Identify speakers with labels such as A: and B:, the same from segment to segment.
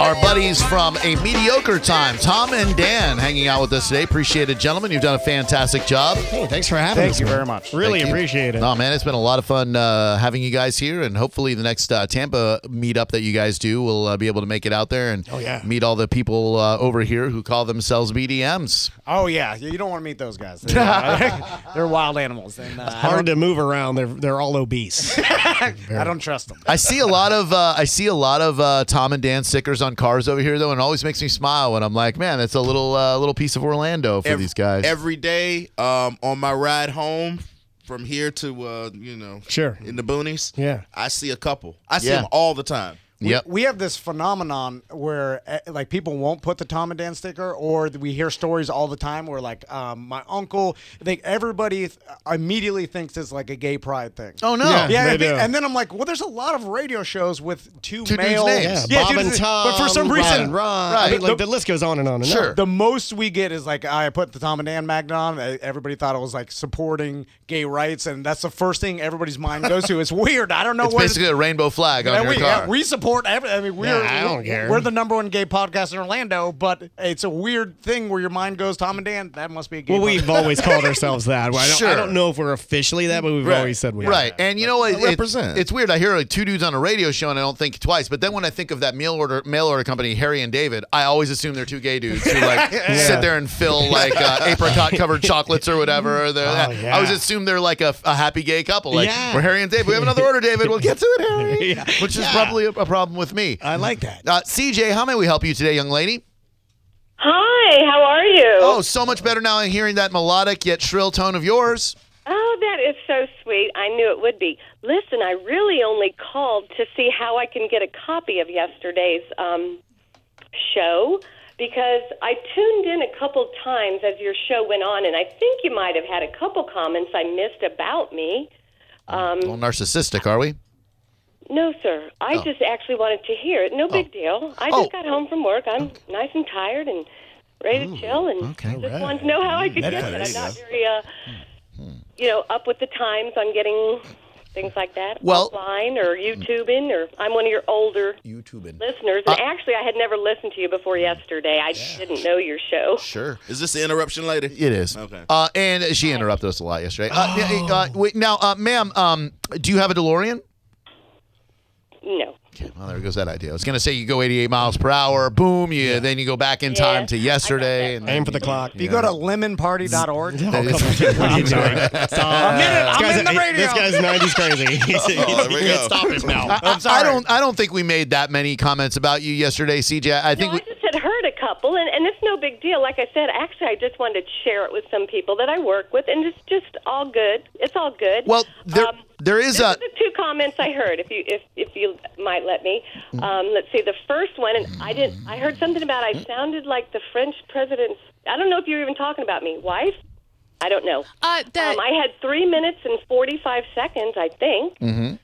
A: Our buddies from A Mediocre Time, Tom and Dan, hanging out with us today. Appreciate it, gentlemen. You've done a fantastic job.
B: Hey, thanks for having us.
C: Thank you
B: man.
C: very much. Really
A: Thank you.
C: appreciate it.
A: No, man, it's been a lot of fun uh, having you guys here, and hopefully the next uh, Tampa meetup that you guys do, we'll uh, be able to make it out there and
C: Oh, yeah.
A: meet all the people uh, over here who call themselves BDMs.
C: Oh yeah, you don't want to meet those guys. They're, uh, they're wild animals, and uh, I,
B: Hard to move around. They're they're all obese.
C: don't, I don't trust them.
A: I see a lot of uh, I see a lot of uh, Tom and Dan stickers on cars over here though, and it always makes me smile when I'm like, man, that's a little uh, little piece of Orlando for
D: Ev-
A: these guys.
D: every day um, on my ride home from here to uh, you know
B: Sure.
D: in the boonies.
B: Yeah.
D: I see a couple. I see
A: Yeah.
D: them all the time.
A: yep.
C: We have this phenomenon where eh, like people won't put the Tom and Dan sticker, or we hear stories all the time where like um, my uncle, they everybody th- immediately thinks it's like a gay pride thing.
A: oh no.
B: Yeah.
C: Yeah,
B: They
C: I mean-
B: do.
C: and then I'm like, well, there's a lot of radio shows with two,
A: Two dudes'
C: male,
A: names.
B: Yeah, Bob
C: dude,
B: and Tom.
C: but for some reason,
B: Ryan, and Ron.
A: Right.
B: I mean, like
C: The-
B: the, list goes on and on and
A: Sure.
B: on.
C: The most we get is like I put the Tom and Dan magnet on. eh, Everybody thought it was like supporting gay rights, and that's the first thing everybody's mind goes to. It's weird. I don't know
A: It's
C: what.
A: basically a rainbow flag on
C: and
A: your
C: we,
A: car.
C: yeah, we support every. I mean, we're
B: Yeah, I don't care.
C: we're the number one gay podcast in Orlando, but it's a weird thing where your mind goes Tom and Dan. That must be a gay.
B: Well,
C: podcast.
B: we've always called ourselves that. I don't,
A: Sure.
B: I don't know if we're officially that, but we've always said we
A: Right. And you know what? It-
D: represent.
A: It's weird. I hear like two dudes on a radio show and I don't think twice. But then when I think of that mail order mail order company, Harry and David, I always assume they're two gay dudes who like sit there and fill like uh, apricot covered chocolates or whatever. Or they're- I
B: Oh, yeah.
A: always assume they're like a, a happy gay couple. Like
B: Yeah.
A: we're Harry and David. We have another order, David. We'll get to it, Harry.
B: Yeah.
A: Which is probably a, a problem with me.
B: I like that.
A: Uh, CJ, how may we help you today, young lady?
E: Hi, how are you?
A: Oh, so much better now. I'm hearing that melodic yet shrill tone of yours.
E: Oh, that is so sweet. I knew it would be. Listen, I really only called to see how I can get a copy of yesterday's um, show because I tuned in a couple times as your show went on, and I think you might have had a couple comments I missed about me.
A: a little narcissistic, are we?
E: No, sir. I just actually wanted to hear it. No big deal. I just
A: Oh.
E: got home from work. I'm nice and tired and ready to chill, and just wanted to know how I could get it. I'm not very, uh,
A: Hmm.
E: you know, up with the times on getting things like that
A: Well- hmm.
E: online or YouTubing. Or I'm one of your older
A: YouTubing.
E: listeners,
A: uh
E: and actually, I had never listened to you before
A: Hmm.
E: yesterday. I didn't know your show.
A: Sure.
D: Is this the interruption later?
A: It is.
D: Okay.
A: Uh, and she interrupted us a lot yesterday. Uh, yeah, uh,
E: Oh.
A: wait, now, uh, ma'am, um, do you have a DeLorean?
E: No.
A: Okay, well, there goes that idea. I was going to say you go 88 miles per hour, boom, you then you go back in
E: Yeah,
A: time to
E: I got
A: yesterday.
E: that.
A: And
B: Aim for the clock.
C: If you go to lemonparty.org,
B: Oh, come on. What are you doing? Stop.
C: I'm
B: This guy's-
C: in the radio.
B: This guy's 90s crazy. He's,
D: there we go.
B: Stop it now.
A: I, I- I don't. I don't think we made that many comments about you yesterday, CJ. I think
E: No, I just had heard a couple, and, and it's no big deal. Like I said, actually, I just wanted to share it with some people that I work with, and it's just all good. It's all good.
A: we. Well, there
E: Um,
A: there is
E: these
A: a
E: are the two comments I heard. If you if if you might let me,
A: Mm.
E: um, let's see. The first one, and I didn't. I heard something about
A: Mm.
E: I sounded like the French president's. I don't know if you're even talking about me, wife. I don't know.
F: Uh, that
E: Um, I had three minutes and forty five seconds, I think. Mm-hmm.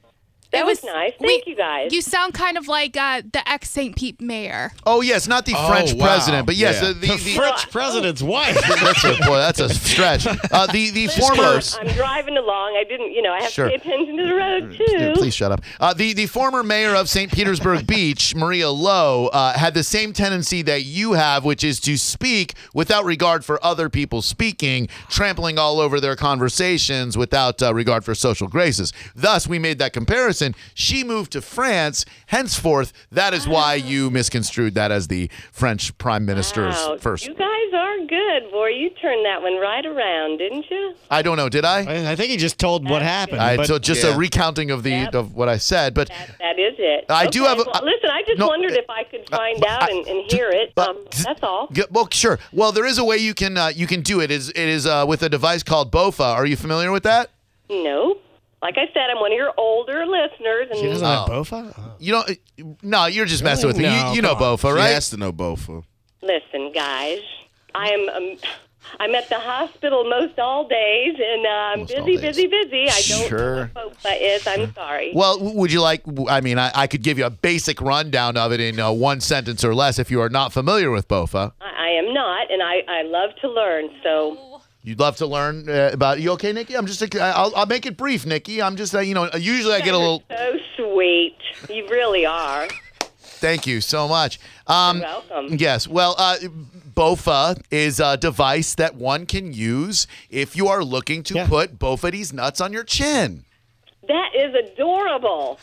E: That
F: it
E: was, nice. Thank you guys.
F: You sound kind of like uh, the ex St. Pete mayor.
A: oh yes, not the French
D: wow.
A: president, but yes,
D: Yeah.
A: the, the,
B: The
A: the-
B: French president's wife.
A: that's a, boy, that's a stretch. Uh, the the former
E: I'm driving along. I didn't, you know, I have
A: Sure. Mm,
E: to pay attention to the road too.
A: Yeah, please shut up. Uh, the the former mayor of St. Petersburg Beach, Maria Lowe, uh, had the same tendency that you have, which is to speak without regard for other people speaking, trampling all over their conversations without uh, regard for social graces. Thus, we made that comparison. She moved to France. Henceforth, that is why you misconstrued that as the French prime minister's
E: Wow,
A: first.
E: You guys are good, boy. You turned that one right around, didn't you?
A: I don't know. Did I?
B: I I think he just told what happened.
A: I
B: but-
A: so just
D: Yeah.
A: a recounting of the
E: Yep.
A: of what I said, but.
E: That, that is it.
A: I do
E: Okay,
A: have a-
E: well, listen, I just
A: no,
E: wondered
A: uh,
E: if I could find
A: but
E: out
A: I-
E: and, and hear it.
A: but-
E: um, that's all.
A: Yeah, well, sure. Well, there is a way you can uh, you can do it. Is it is uh, with a device called BOFA? Are you familiar with that?
E: No. Like I said, I'm one of your older listeners, and
B: She doesn't
A: Oh.
B: have Bofa? Oh.
A: You don't. No, you're just messing with me.
B: No,
A: you, you know
B: come
A: Bofa,
D: She
A: right?
D: has to know Bofa.
E: Listen, guys, I am. Um, I'm at the hospital most all days, and uh, I'm
A: Most all
E: busy,
A: days.
E: busy, busy. I don't
A: Sure.
E: know what FOPA is. I'm sorry.
A: Well, w- would you like? I mean, I, I could give you a basic rundown of it in uh, one sentence or less if you are not familiar with Bofa.
E: I, I am not, and I, I love to learn. So
A: You'd love to learn uh, about. You okay, Nikki? I'm just. I'll, I'll make it brief, Nikki. I'm just. Uh, you know, usually I get a little.
E: so sweet. You really are.
A: Thank you so much. Um,
E: Welcome.
A: Yes. Well, uh, Bofa is a device that one can use if you are looking to
B: Yeah.
A: put Bofa's nuts on your chin.
E: That is adorable.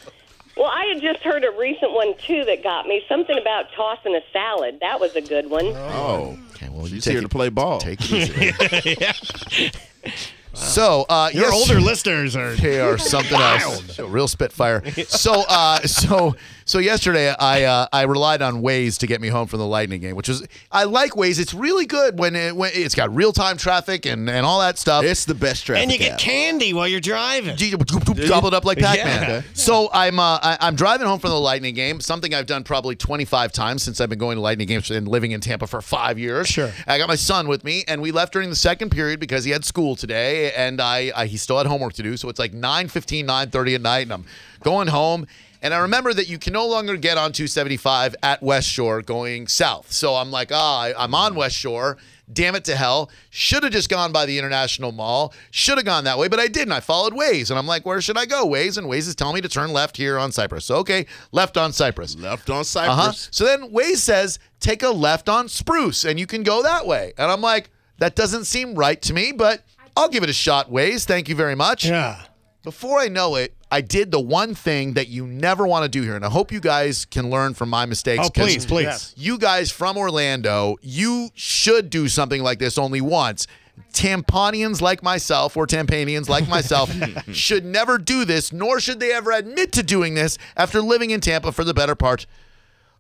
E: Well, I had just heard a recent one too that got me something about tossing a salad. That was a good one.
D: Oh,
A: Okay. Well, you
D: she's
A: take
D: here
A: it-
D: to play ball.
A: Take it easy. So, uh,
B: Your
A: yes,
B: older listeners are.
A: They are something else. A real spitfire. So, uh, so, so yesterday I uh, I relied on Waze to get me home from the Lightning game, which is I like Waze. It's really good when it when it's got real time traffic and and all that stuff.
D: It's the best traffic.
B: And you get
D: app.
B: candy while you're driving.
A: Gee, doop, doop, Gobbled up like Pac-Man.
B: Yeah. Okay.
A: So I'm uh, I, I'm driving home from the Lightning game. Something I've done probably 25 times since I've been going to Lightning games and living in Tampa for five years.
B: Sure.
A: I got my son with me, and we left during the second period because he had school today, and I, I he still had homework to do. So it's like 9:15, 9:30 at night, and I'm going home. And I remember that you can no longer get on 275 at West Shore going south. So I'm like, ah, I- I'm on West Shore. Damn it to hell. Should have just gone by the International Mall. Should have gone that way, but I didn't. I followed Waze. And I'm like, where should I go? Waze. And Waze is telling me to turn left here on Cypress. So, okay, left on Cypress.
D: left on
A: Uh-huh.
D: Cypress.
A: So then Waze says, take a left on Spruce and you can go that way. And I'm like, that doesn't seem right to me, but I'll give it a shot, Waze. Thank you very much.
B: Yeah.
A: Before I know it, I did the one thing that you never want to do here. And I hope you guys can learn from my mistakes.
B: Oh,
A: 'cause
B: please, please.
A: You guys from Orlando, you should do something like this only once. Tampanians like myself, or Tampanians like myself, should never do this, nor should they ever admit to doing this after living in Tampa for the better part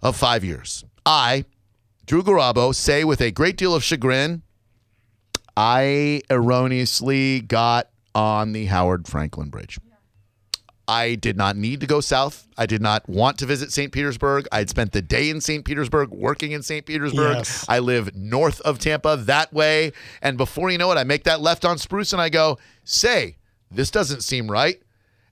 A: of five years. I, Drew Garabo, say with a great deal of chagrin, I erroneously got on the Howard Franklin Bridge. I did not need to go south. I did not want to visit St. Petersburg. I had spent the day in St. Petersburg, working in St. Petersburg.
B: Yes.
A: I live north of Tampa that way. And before you know it, I make that left on Spruce and I go, say, this doesn't seem right.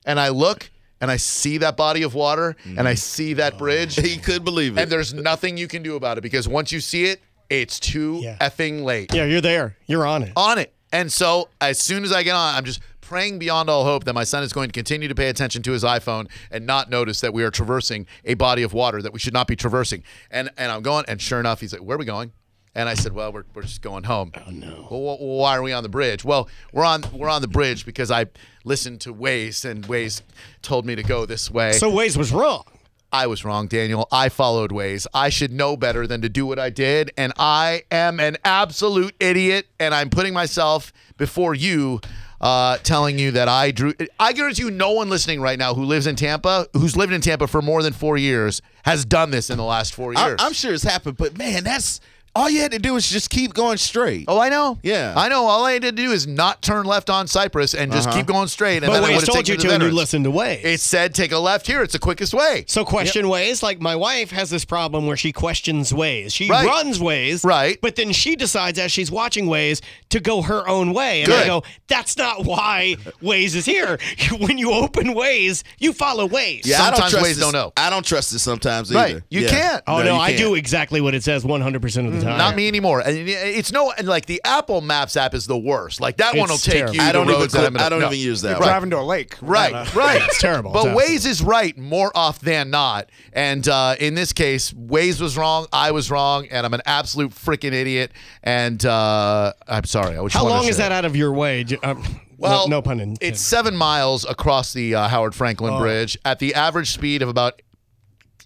A: And I look and I see that body of water and I see that bridge.
D: Mm. He could believe
A: and
D: it.
A: there's nothing you can do about it because once you see it, it's too
B: Yeah.
A: effing late
B: Yeah, you're there. You're on it.
A: on it. And so as soon as I get on, I'm just praying beyond all hope that my son is going to continue to pay attention to his iPhone and not notice that we are traversing a body of water that we should not be traversing. And and I'm going, and sure enough, he's like, "Where are we going?" And I said, "Well, we're, we're just going home." Oh no! Well, wh- why are we on the bridge? Well, we're on we're on the bridge because I listened to Waze and Waze told me to go this way.
B: So Waze was wrong.
A: I was wrong, Daniel. I followed ways. I should know better than to do what I did. And I am an absolute idiot. And I'm putting myself before you, uh, telling you that I drew. I guarantee you, no one listening right now who lives in Tampa, who's lived in Tampa for more than four years, has done this in the last four
D: I,
A: years.
D: I'm sure it's happened, but man, that's all you had to do is just keep going straight.
A: Oh, I know.
D: Yeah.
A: I know. All I had to do is not turn left on Cypress and just keep going straight. And
B: But
A: then I
B: Waze
A: would've
B: told
A: taken
B: you
A: the
B: to, and you
A: veterans.
B: listened to Waze.
A: It said take a left here. It's the quickest way.
B: So question ways. Like my wife has this problem where she questions ways. She
A: Right.
B: runs ways.
A: Right.
B: But then she decides as she's watching ways to go her own way. And
A: Good.
B: I go, that's not why ways is here. when you open ways, you follow ways.
D: Yeah, I don't
A: Sometimes
D: trust
A: ways
D: this-
A: don't know.
D: I don't trust it sometimes
A: Right.
D: either.
A: You
D: Yeah.
A: can't. Mm,
B: Oh no,
D: you
B: I
D: can't.
B: do exactly what it says 100% of the time.
A: Not me anymore. And it- it's no and like the Apple Maps app is the worst. Like that one
B: It's
A: will take
B: terrible.
A: you.
D: I don't
A: to
D: even
A: roads that
D: click-
A: I'm gonna-
D: I don't
A: no.
D: even use that.
A: Right.
C: Driving to a lake. Uh,
A: Right, right.
B: It's terrible.
A: But
B: It's awful.
A: Waze is right more off than not. And uh, in this case, Waze was wrong. I was wrong, and I'm an absolute freaking idiot. And uh, I'm sorry. I was.
B: How long is that out of your way? J- Um,
A: Well,
B: no, no pun Oh. intended.
A: It's seven miles across the uh, Howard Franklin Bridge at the average speed of about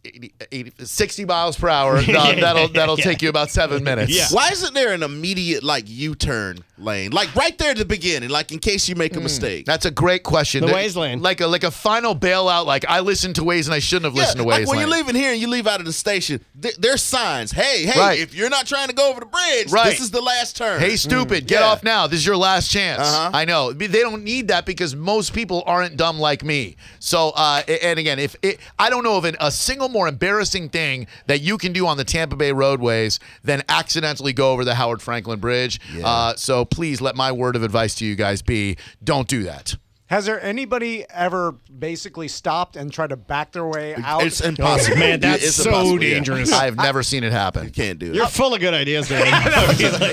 A: 80, 80 60 miles per hour. Uh, that'll that'll take you about seven minutes.
B: Yeah.
D: Why isn't there an immediate like U-turn lane, like right there at the beginning, like in case you make
A: Hmm.
D: a mistake?
A: That's a great question.
B: The
A: There-
B: Waze lane.
A: like a like a final bailout. Like I listened to Waze and I shouldn't have
D: Yeah,
A: listened to Waze.
D: like when
A: lane.
D: you're leaving here and you leave out of the station, th- there's signs. Hey, hey,
A: Right.
D: if you're not trying to go over the bridge,
A: Right.
D: this is the last turn.
A: Hey, stupid, get
D: Mm, Yeah.
A: off now. This is your last chance.
D: Uh-huh.
A: I know. They don't need that because most people aren't dumb like me. So, uh, and again, if it, I don't know of an, a single more embarrassing thing that you can do on the Tampa Bay roadways than accidentally go over the Howard Franklin Bridge. Uh, so please let my word of advice to you guys be don't do that.
C: Has there anybody ever basically stopped and tried to back their way out?
D: it's impossible.
B: Man, that's
D: It's
B: so
D: impossible, yeah.
B: dangerous.
A: I have never seen it happen.
D: You can't do it.
B: You're full of good ideas, man.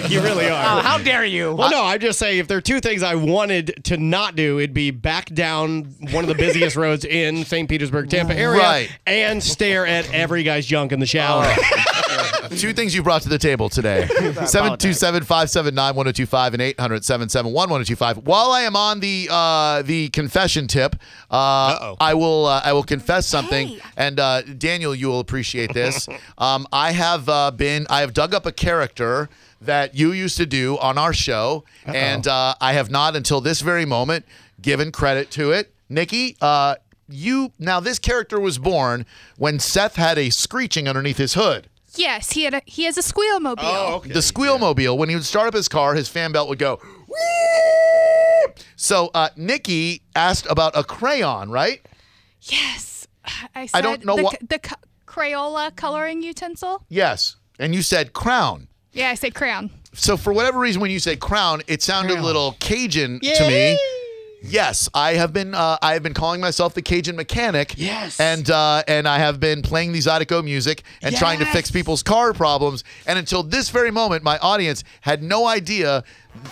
B: you really are.
C: Uh, how dare you?
B: Well, no, I just say if there are two things I wanted to not do, it'd be back down one of the busiest roads in St. Petersburg, Tampa area,
A: Right.
B: and stare at every guy's junk in the shower.
C: Oh.
A: Two things you brought to the table today 727 579 1025 and 800 771 1025. While I am on the uh, the confession tip, uh, I will uh, I will confess something,
F: Hey.
A: and uh, Daniel, you will appreciate this. um, I have uh, been, I have dug up a character that you used to do on our show, and uh, I have not until this very moment given credit to it. Nikki, uh, you now this character was born when Seth had a screeching underneath his hood.
F: Yes, he had a, he has a squeal mobile.
A: The squeal mobile, when he would start up his car, his fan belt would go. So uh, Nikki asked about a crayon, right?
F: Yes, I said
A: don't know
F: the,
A: what-
F: the c- Crayola coloring utensil.
A: Yes. And you said crown.
F: Yeah, I said crayon.
A: So for whatever reason, when you said crown, it sounded a little Cajun to me. Yes, I have been. Uh, I have been calling myself the Cajun mechanic.
B: Yes.
A: and uh, and I have been playing the Zydeco music and trying to fix people's car problems. And until this very moment, my audience had no idea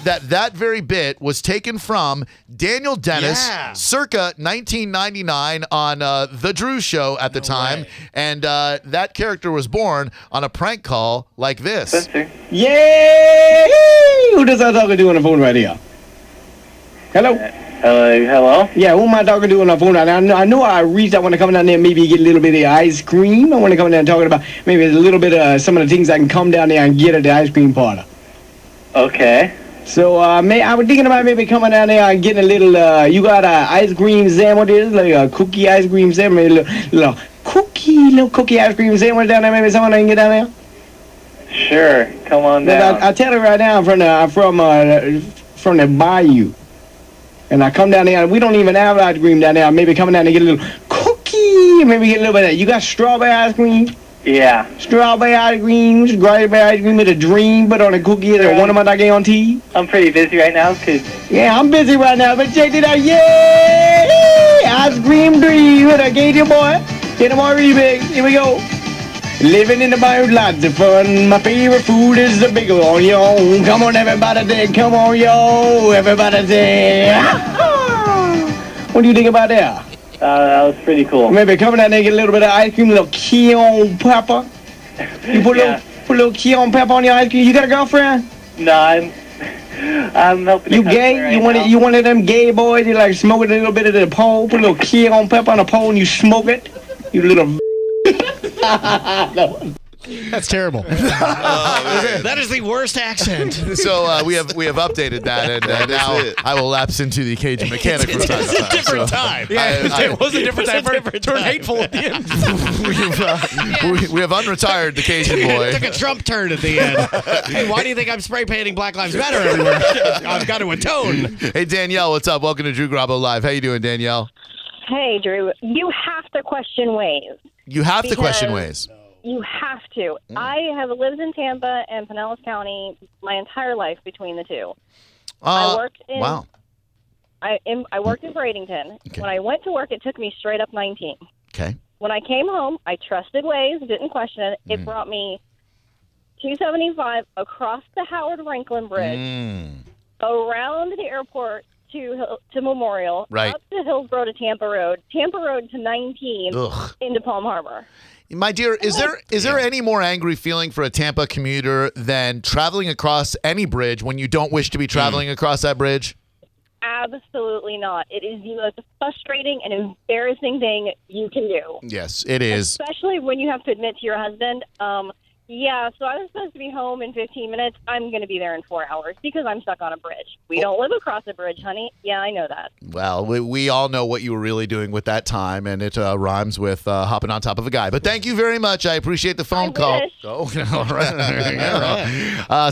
A: that that very bit was taken from Daniel Dennis,
D: Yeah.
A: circa 1999, on uh, the Drew Show at the time,
D: way.
A: and uh, that character was born on a prank call like this.
G: Yay! Who does our dogger do on the phone right here? Hello?
H: Hello, hello.
G: Yeah, who my dogger do on the phone right now? I know, I know I reached, I want to come down there and maybe get a little bit of ice cream. I want to come down and talking about maybe a little bit of some of the things I can come down there and get at the ice cream parlor.
H: Okay.
G: So uh, may, I was thinking about maybe coming down there and getting a little, uh, you got uh, ice cream sandwiches, like a cookie ice cream sandwich, a little, little cookie, little cookie ice cream sandwich down there, maybe someone I can get down there?
H: Sure. Come on
G: Look,
H: down.
G: I, I tell her right now, I'm from the, I'm from uh, from the bayou, and I come down there. We don't even have ice cream down there. Maybe coming down and get a little cookie, maybe get a little bit of that. You got strawberry ice cream,
H: yeah.
G: strawberry ice cream, strawberry ice cream with a dream, but on a cookie that one of my dog on tea.
H: I'm pretty busy right now. Could
G: Yeah, I'm busy right now, but check it out. Yay! Ice cream dream with a gator boy. Get them all remix. Here we go. Living in the bayou, lots of fun. My favorite food is the big on yo. Come on, everybody, there. Come on, yo. Everybody, there. what do you think about that?
H: uh, that was pretty cool.
G: Maybe coming down there and get a little bit of ice cream, a little key on pepper. You put a little,
H: Yeah.
G: put a little key on pepper on your ice cream. You got a girlfriend?
H: No, I'm. I'm helping. a
G: You
H: customer
G: gay?
H: Right
G: you one
H: now.
G: of you one of them gay boys? You like smoking a little bit of the pole, put a little kid on pepper on the pole, and you smoke it. You little.
B: That's terrible.
A: Oh,
B: that is the worst accent.
A: so uh, we have we have updated that, and uh, now
D: it.
A: I will lapse into the Cajun mechanic from time to
B: It's a
A: time.
B: different
A: So,
B: time.
A: I- I-
B: it was a different time. Turn hateful at the end.
A: we've, uh, we, we have unretired the Cajun boy.
B: Took a Trump turn at the end. hey, why do you think I'm spray painting Black Lives Matter everywhere? I've got to atone.
A: Hey Danielle, what's up? Welcome to Drew Garabo Live. How you doing, Danielle?
I: Hey, Drew, you have to question Waze.
A: You have to question ways.
I: Because- You have to. I have lived in Tampa and Pinellas County my entire life between the two. I worked in
A: Uh, wow.
I: I in, I worked in Bradenton.
A: Okay.
I: When I went to work, it took me straight up 19.
A: Okay.
I: When I came home, I trusted Waze, didn't question it.
A: Mm.
I: It brought me 275 across the Howard Franklin Bridge,
A: Mm.
I: around the airport to Hill- to Memorial,
A: Right.
I: up to Hillsborough to Tampa Road, Tampa Road to 19,
A: Ugh.
I: into Palm Harbor.
A: My dear, is there is there any more angry feeling for a Tampa
B: Hmm.
A: commuter than traveling across any bridge when you don't wish to be traveling across that bridge?
I: Absolutely not. It is the most frustrating and embarrassing thing you can do.
A: Yes, it is.
I: Especially when you have to admit to your husband, um, yeah, so I was supposed to be home in 15 minutes. I'm going to be there in four hours because I'm stuck on a bridge. We don't live across a bridge, honey. Yeah, I know that.
A: Well, we, we all know what you were really doing with that time, and it uh, rhymes with uh, hopping on top of a guy. But thank you very much. I appreciate the phone call.
I: wish.
A: Oh, all right. Uh,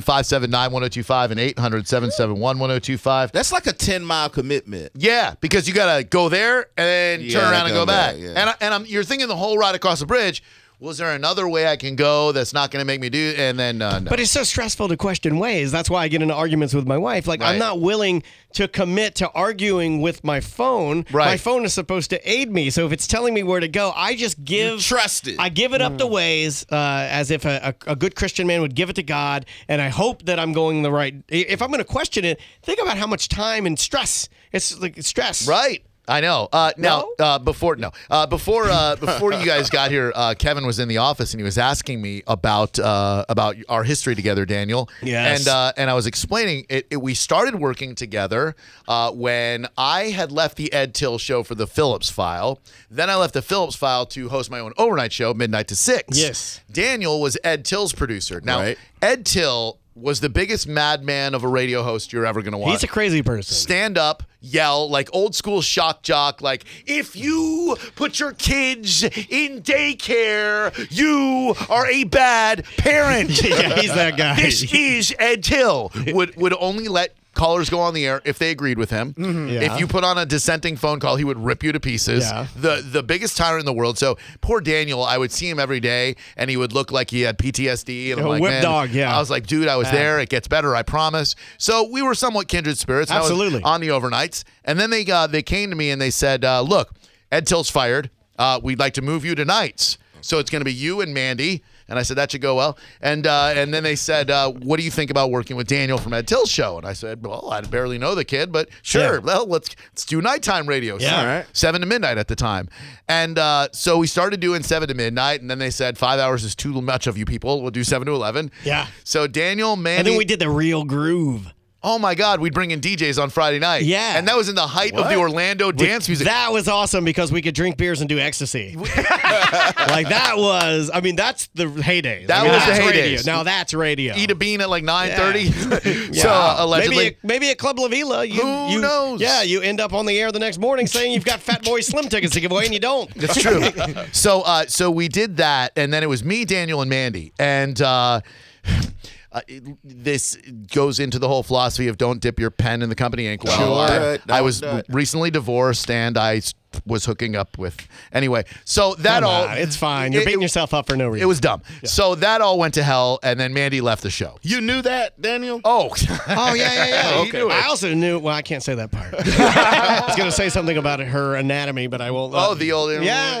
A: 727-579-1025 and 800-771-1025.
D: That's like a 10 mile commitment.
A: Yeah, because you got to go there and
D: Yeah,
A: turn around and
D: go
A: go back.
D: back,
A: And
D: yeah.
A: And, I- and I'm, you're thinking the whole ride across the bridge, was there another way I can go that's not going to make me do And then, uh, no.
B: But it's so stressful to question ways. That's why I get into arguments with my wife. Like
A: Right.
B: I'm not willing to commit to arguing with my phone.
A: Right.
B: My phone is supposed to aid me. So if it's telling me where to go, I just give
D: trust it.
B: I give it up to ways uh, as if a, a, a good Christian man would give it to God, and I hope that I'm going the right. i- If I'm going to question it, think about how much time and stress. It's like stress.
A: Right. I know. Uh, now, uh, before no, uh, before uh, before you guys got here, uh, Kevin was in the office and he was asking me about uh, about our history together, Daniel.
B: Yes.
A: And uh, and I was explaining it. it we started working together uh, when I had left the Ed Till show for the Phillips File. Then I left the Phillips File to host my own overnight show, midnight to six.
B: Yes.
A: Daniel was Ed Till's producer. Now,
D: Right.
A: Ed Till was the biggest madman of a radio host you're ever going to watch
B: He's a crazy person.
A: stand up, yell like old school shock jock, like, if you put your kids in daycare, you are a bad parent.
B: Yeah, he's that guy.
A: This is Ed Till. Would would only let callers go on the air if they agreed with him.
B: Mm-hmm. Yeah.
A: If you put on a dissenting phone call, he would rip you to pieces.
B: Yeah.
A: The the biggest tyrant in the world. So poor Daniel, I would see him every day and he would look like he had PTSD. And I'm
B: A
A: like,
B: Oh, whip
A: "Man,"
B: dog, yeah.
A: I was like, dude, I was there. It gets better, I promise. So we were somewhat kindred spirits. and I was
B: Absolutely.
A: on the overnights. And then they uh, they came to me and they said, uh, look, Ed Till's fired. Uh, we'd like to move you to nights. So it's going to be you and Mandy. And I said, that should go well. And uh, and then they said, uh, what do you think about working with Daniel from Ed Till's show? And I said, well, I barely know the kid, but sure.
B: Yeah.
A: Well, let's, let's do nighttime radio.
B: Yeah.
A: Sure.
B: All right.
A: Seven to midnight at the time. And uh, so we started doing seven to midnight. And then they said, five hours is too much of you people. We'll do seven to 11.
B: Yeah.
A: So Daniel, Mandy.
B: and then we did the real groove.
A: Oh my God, we'd bring in DJs on Friday night.
B: Yeah.
A: And that was in the height of the Orlando dance music.
B: That was awesome because we could drink beers and do ecstasy. like that was, I mean, that's the heyday.
A: That
B: I mean,
A: was the
B: that's radio.
A: heydays.
B: Now that's radio.
A: Eat a bean at like 9.30. so
B: Wow.
A: uh, allegedly.
B: maybe a, maybe at Club Lavila, you,
A: Who
B: you
A: knows?
B: Yeah, you end up on the air the next morning saying you've got Fat Boy Slim tickets to give away, and you don't.
A: That's true. so uh, so we did that, and then it was me, Daniel, and Mandy, and. Uh, Uh, it- this goes into the whole philosophy of don't dip your pen in the company ink. Well,
D: Sure.
A: I,
D: Don't
A: I was
D: do it.
A: recently divorced and I s- was hooking up with. Anyway, so that
B: Come
A: all.
B: on, it's fine. You're
A: it-
B: beating
A: it-
B: yourself up for no reason.
A: It was dumb. So that all went to hell, and then Mandy left the show.
D: You knew that, Daniel?
A: Oh,
B: Oh yeah, yeah, yeah.
A: He knew it.
B: I also knew. Well, I can't say that part. I was gonna say something about her anatomy, but I won't. uh,
A: Oh, the old
B: Yeah.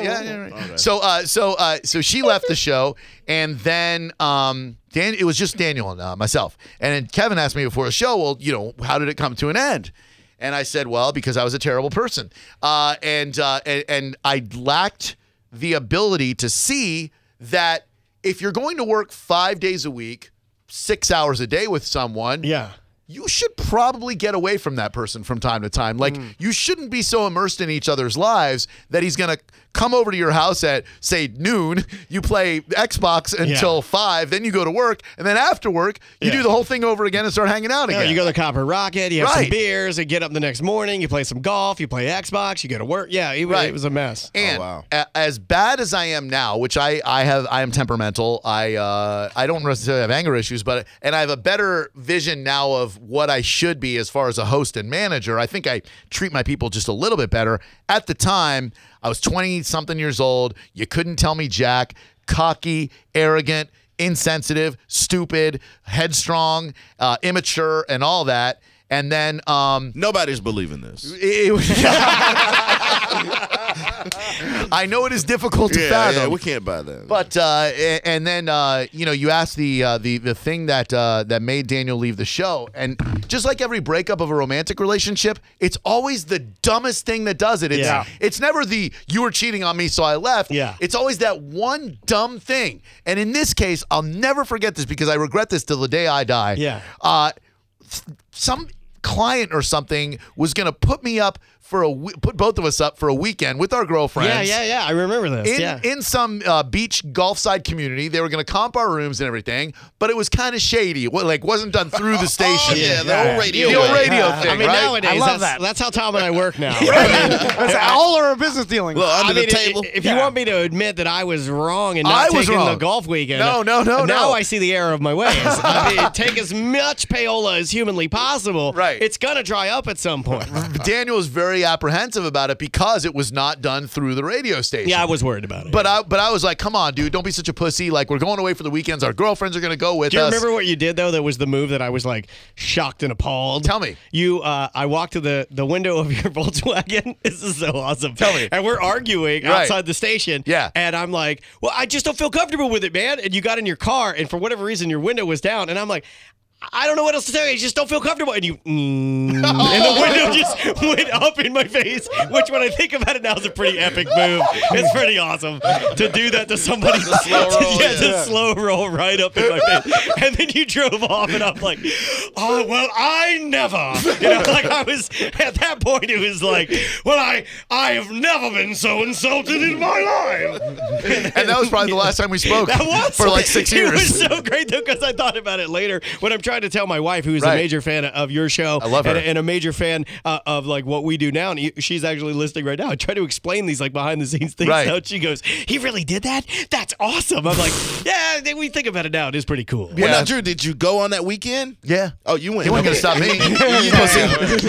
A: yeah. yeah, right. So, uh, so, uh, so she left the show, and then um, Dan, it was just Daniel and uh, myself. And then Kevin asked me before the show, well, you know, how did it come to an end? And I said, well, because I was a terrible person, uh, and, uh, and and I lacked the ability to see that if you're going to work five days a week, six hours a day with someone,
B: yeah.
A: you should probably get away from that person from time to time. Like
B: Mm.
A: you shouldn't be so immersed in each other's lives that he's gonna come over to your house at say noon. You play Xbox until five, then you go to work, and then after work you
B: Yeah.
A: do the whole thing over again and start hanging out
B: No,
A: again.
B: you go to the Copper Rocket, you have
A: Right.
B: some beers, you get up the next morning, you play some golf, you play Xbox, you go to work. Yeah, it,
A: Right.
B: it was a mess.
A: And
D: wow.
A: a- as bad as I am now, which I, I have, I am temperamental. I uh, I don't necessarily have anger issues, but and I have a better vision now of what I should be as far as a host and manager. I think I treat my people just a little bit better. At the time, I was twenty something years old. You couldn't tell me jack. Cocky, arrogant, insensitive, stupid, headstrong, uh, immature, and all that. And then um,
D: Nobody's believing this.
A: it- I know it is difficult to
D: Yeah,
A: fathom.
D: yeah, we can't buy that.
A: but uh, a- and then uh, you know you asked the uh, the the thing that uh, that made Daniel leave the show, and just like every breakup of a romantic relationship, it's always the dumbest thing that does it. It's
B: Yeah.
A: it's never the you were cheating on me, so I left.
B: Yeah.
A: it's always that one dumb thing. And in this case, I'll never forget this because I regret this till the day I die.
B: Yeah.
A: Uh, some client or something was going to put me up for a we- put both of us up for a weekend with our girlfriends.
B: Yeah, yeah, yeah. I remember this.
A: In,
B: yeah.
A: in some uh, beach golfside community, they were going to comp our rooms and everything, but it was kind of shady. What like wasn't done through
B: Oh,
A: the station.
D: Oh, yeah, the old radio
A: the old
D: way.
A: radio
D: Yeah.
A: thing.
B: I mean,
A: right?
B: nowadays,
C: I love
B: that's,
C: that.
B: that's how Tom and I work now.
C: That's all our business dealings.
D: Look, under
B: I mean,
D: the table.
B: If, if you want me to admit that I was wrong and
A: I
B: not
A: was
B: taking the
A: wrong.
B: golf weekend,
A: No, no, no,
B: Now
A: no.
B: I see the error of my ways. I mean, take as much payola as humanly possible.
A: Right.
B: It's gonna dry up at some point.
A: Daniel was very apprehensive about it because it was not done through the radio station.
B: yeah, I was worried about it.
A: But I, but I was like, come on, dude, don't be such a pussy. Like, we're going away for the weekends. Our girlfriends are going to go with
B: Do you
A: us.
B: remember what you did though? That was the move that I was like shocked and appalled.
A: Tell me.
B: You, uh, I walked to the the window of your Volkswagen. this is so awesome.
A: Tell me.
B: And we're arguing
A: Right.
B: outside the station.
A: Yeah.
B: And I'm like, well, I just don't feel comfortable with it, man. And you got in your car, and for whatever reason, your window was down, and I'm like. I don't know what else to tell you. I just don't feel comfortable. And you, mm, and the window just went up in my face, which when I think about it now is a pretty epic move. It's pretty awesome to do that to somebody.
D: slow roll,
B: yeah, to
D: yeah.
B: slow roll right up in my face. And then you drove off, and I'm like, oh, well, I never. You know, like I was, at that point, it was like, well, I, I have never been so insulted in my life.
A: and that was probably the last time we spoke.
B: That was
A: for like six
B: It was
A: years.
B: so great though because I thought about it later when I'm trying to tell my wife, who's
A: Right.
B: a major fan of your show,
A: I love her.
B: and, and a major fan uh, of like what we do now, and you- she's actually listening right now. I try to explain these like behind the scenes things.
A: Right.
B: Out she goes, "He really did that? That's awesome!" I'm like, "Yeah, then we think about it now. It is pretty cool."
D: Well,
A: Yeah.
D: now, Drew, did you go on that weekend?
A: yeah.
D: Oh, you went.
A: He wasn't going to stop me. You pussy.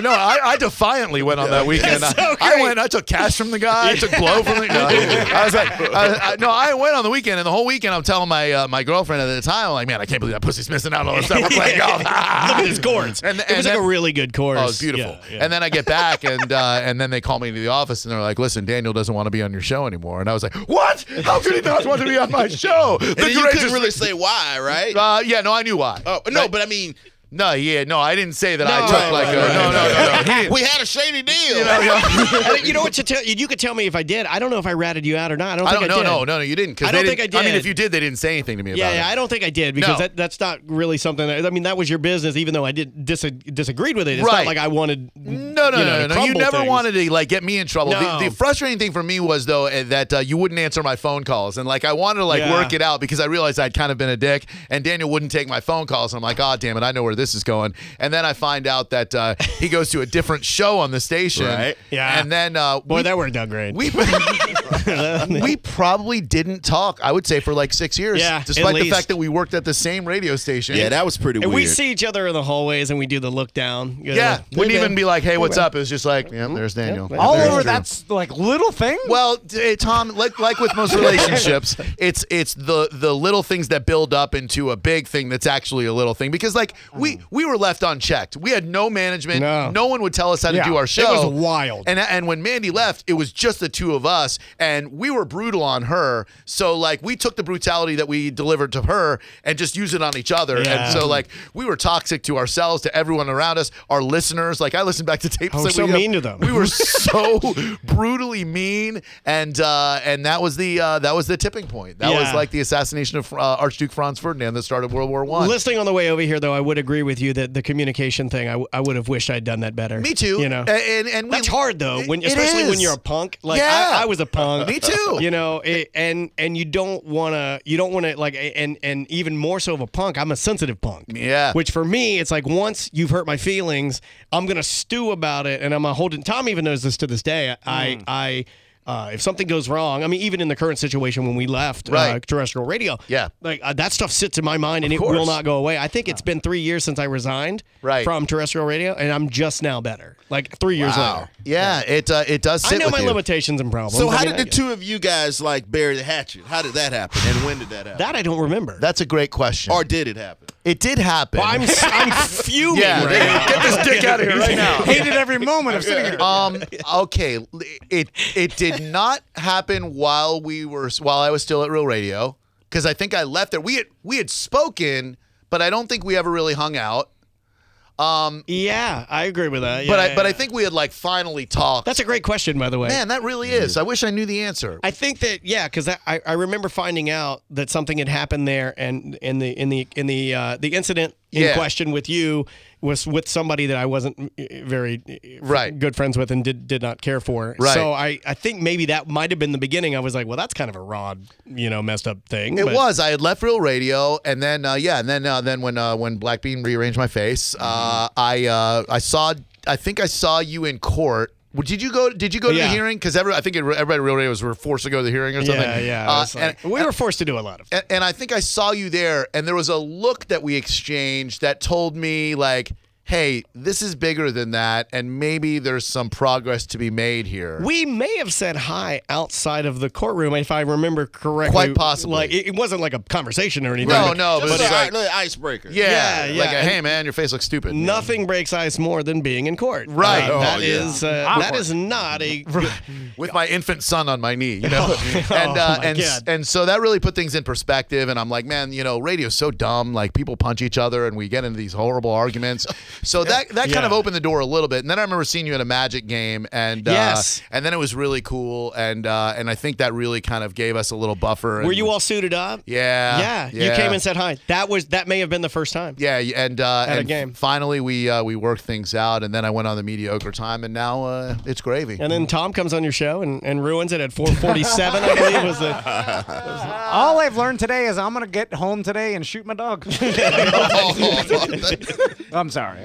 A: no, I, I defiantly went on that weekend.
B: That's
A: I-
B: so
A: I
B: great.
A: went. I took cash from the guy. I took blow from the guy. I was like, I, I, no, I went on the weekend, and the whole weekend I'm telling my uh, my girlfriend at the time, I'm like, man, I can't believe that pussy's missing out on all this stuff. We're playing golf.
B: Look at his chords.
A: Oh And-
B: it
A: and
B: was like
A: then-
B: a really good chorus.
A: Oh, it's beautiful. And then I get back, and uh, and then they call me into the office, and they're like, "Listen, Daniel doesn't want to be on your show anymore." And I was like, "What? How could he not want to be on my show?" The
D: And then you couldn't
A: greatest-
D: really say why, right?
A: Uh, yeah, no, I knew why.
D: oh no, but I mean,
A: No, yeah, no, I didn't say that. I
B: No,
A: took
B: right,
A: like
B: right,
A: a
B: right,
A: no, no, no, no.
D: we had a shady deal.
B: And you know what? To tell you, you could tell me if I did. I don't know if I ratted you out or not. I don't
A: I
B: think
A: don't
B: I
A: know,
B: did.
A: no, no, no. You didn't. 'cause
B: I
A: they
B: don't think
A: didn't-
B: I
A: I mean,
B: did.
A: if you did, they didn't say anything to me about
B: Yeah,
A: it.
B: yeah, I don't think I did because
A: No.
B: that, that's not really something. That, I mean, that was your business, even though I did dis- disagreed with it. It's
A: Right.
B: not like I wanted.
A: No, no,
B: you
A: no,
B: know, to
A: no, no. You
B: crumble
A: never
B: things.
A: wanted to like get me in trouble.
B: No.
A: The, the frustrating thing for me was though eh, that uh, you wouldn't answer my phone calls, and like I wanted to like
B: Yeah.
A: work it out because I realized I'd kind of been a dick, and Daniel wouldn't take my phone calls, and I'm like, oh damn it, I know where this is going. And then I find out that uh, he goes to a different show on the station,
D: Right.
B: Yeah.
A: And then uh,
B: Boy,
A: we,
B: that worked out great.
A: we.
B: yeah,
A: We probably didn't talk. I would say for like six years,
B: Yeah, at
A: despite the
B: least.
A: fact that we worked at the same radio station.
D: Yeah, that was pretty
B: and
D: weird.
B: we see each other in the hallways and we do the look down. You know,
A: yeah.
B: like,
A: Wouldn't
B: hey,
A: even
B: man.
A: be like, "Hey, what's up?" It was just like, "Yeah, there's Daniel."
B: yeah.
C: all
A: There's
C: over
A: Drew.
C: that's like little thing.
A: Well, t- eh, Tom, like like with most relationships, it's it's the the little things that build up into a big thing that's actually a little thing. Because like we we were left unchecked. We had no management.
B: Mm. No.
A: one would tell us how to
C: Yeah.
A: do our
B: It
A: show.
B: was wild.
A: And and when Mandy left, it was just the two of us, and we were brutal on her. So like we took the brutality that we delivered to her and just use it on each other.
B: Yeah.
A: And so like we were toxic to ourselves, to everyone around us, our listeners. Like I listened back to tapes.
B: Oh,
A: that
B: so
A: we have-
B: mean to them.
A: We were so brutally mean, and uh, and that was the uh, that was the tipping point. That was
B: Yeah.
A: like the assassination of uh, Archduke Franz Ferdinand that started World War One.
B: Listening on the way over here, though, I would agree with you that the communication thing, I, w- I would have wished I'd done that better.
A: Me too.
B: You know,
A: A- and and we,
B: That's hard though, when
A: It
B: especially when
A: is.
B: you're a punk. Like
A: Yeah.
B: I, I was a punk.
A: Me too.
B: You know, it, and and you don't wanna you don't wanna like and and even more so of a punk. I'm a sensitive punk.
A: Yeah.
B: Which for me, it's like once you've hurt my feelings, I'm gonna stew about it, and I'm gonna hold it. Tom even knows this to this day. I
A: Hmm.
B: I. Uh, if something goes wrong, I mean, even in the current situation when we left uh,
A: Right.
B: terrestrial radio,
A: Yeah.
B: like uh, that stuff sits in my mind and it will
A: course. Uh.
B: not go away. I think it's been three years since I resigned
A: Right.
B: from terrestrial radio, and I'm just now better. Like three years later,
A: Yeah, it uh, it does. Sit
B: I know
A: with
B: my
A: you.
B: limitations and problems.
D: so
B: I
D: how
B: mean,
D: did the
B: I-
D: two of you guys like bury the hatchet? How did that happen? And when did that happen?
B: That I don't remember.
A: That's a great question.
D: or did it happen?
A: it did happen.
B: Well, I'm I'm fuming
A: yeah,
B: right now.
A: get this dick out of here right now.
C: hated every moment of sitting here.
A: Um. Okay. l- It it did not happen while we were while I was still at Real Radio because I think I left there. We had we had spoken, but I don't think we ever really hung out.
B: Yeah, I agree with that.
A: but I
B: yeah,
A: but I
B: yeah.
A: think we had like finally talked.
B: that's a great question, by the way.
A: Man, that really is. I wish I knew the answer.
B: I think that yeah, because I, I remember finding out that something had happened there, and in the in the in the uh, the incident in
A: Yeah.
B: question with you was with somebody that I wasn't uh, very uh,
A: Right.
B: good friends with and did, did not care for.
A: Right.
B: So I, I think maybe that might have been the beginning. I was like, well, that's kind of a rod, you know, messed up thing.
A: It
B: but-
A: was. I had left Real Radio, and then uh, yeah, and then uh, then when uh, when Black Bean rearranged my face, uh,
B: Mm-hmm.
A: I uh, I saw. I think I saw you in court. Well, Did you go? Did you go to
B: Yeah.
A: the hearing? Because every, I think it, everybody at Real Radio was were forced to go to the hearing or something.
B: Yeah, yeah. I
A: Uh,
B: was
A: and,
B: like- we were forced to do a lot of
A: and, and I think I saw you there, and there was a look that we exchanged that told me like. Hey, this is bigger than that, and maybe there's some progress to be made here.
B: We may have said hi outside of the courtroom, if I remember correctly.
A: Quite possibly.
B: Like it it wasn't like a conversation or anything.
A: No,
B: Oh, but
A: no,
D: Just
A: but
D: a
A: it's
D: little-
A: like,
D: little icebreaker.
A: yeah,
B: Yeah,
A: like,
B: yeah.
A: a, hey man, your face looks stupid.
B: Nothing breaks ice more than being in court.
A: Right.
B: Uh,
A: Oh,
B: that
A: yeah.
B: is uh, that is not a.
A: with my infant son on my knee, you know, and uh,
B: Oh, my
A: and
B: God.
A: and so that really put things in perspective. And I'm like, man, you know, radio's so dumb. Like people punch each other, and we get into these horrible arguments. So that that kind of
B: Yeah.
A: opened the door a little bit. And then I remember seeing you at a Magic game, and uh,
B: Yes.
A: and then it was really cool, and uh, and I think that really kind of gave us a little buffer.
B: Were
A: and-
B: you all suited up?
A: Yeah,
B: Yeah. You came and said hi. That was that may have been the first time.
A: Yeah, y- and uh,
B: At a
A: and
B: game.
A: Finally, we uh, we worked things out, and then I went on the mediocre time, and now uh, it's gravy.
B: And then Tom comes on your show and, and ruins it at 447, I believe was the
C: All I've learned today is I'm gonna get home today and shoot my dog. I'm sorry.